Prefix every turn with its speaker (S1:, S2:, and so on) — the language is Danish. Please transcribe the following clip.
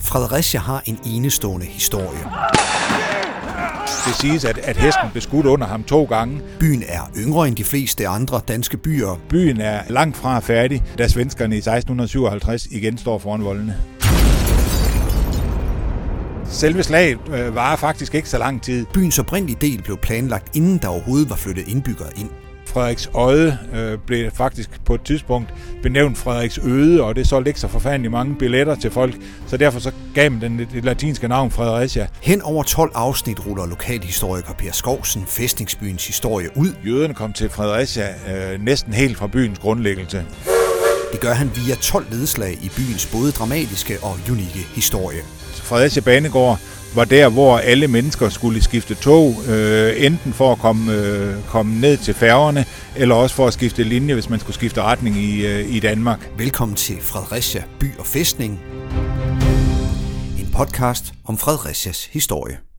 S1: Fredericia har en enestående historie.
S2: Det siges, at, at hesten blev skudt under ham to gange.
S1: Byen er yngre end de fleste andre danske byer.
S2: Byen er langt fra færdig, da svenskerne i 1657 igen står foran voldene. Selve slaget øh, varer faktisk ikke så lang tid.
S1: Byens oprindelige del blev planlagt, inden der overhovedet var flyttet indbyggere ind.
S2: Frederiks Øje øh, blev faktisk på et tidspunkt benævnt Frederiks Øde, og det solgte ikke så forfærdeligt mange billetter til folk, så derfor så gav man den det latinske navn Fredericia.
S1: Hen over 12 afsnit ruller lokalhistoriker Per Skovsen fæstningsbyens historie ud.
S2: Jøderne kom til Fredericia øh, næsten helt fra byens grundlæggelse.
S1: Det gør han via 12 nedslag i byens både dramatiske og unikke historie.
S2: Fredericia Banegård var der, hvor alle mennesker skulle skifte tog, øh, enten for at komme, øh, komme ned til færgerne, eller også for at skifte linje, hvis man skulle skifte retning i, øh, i Danmark.
S1: Velkommen til Fredericia By og Fæstning. En podcast om Fredericias historie.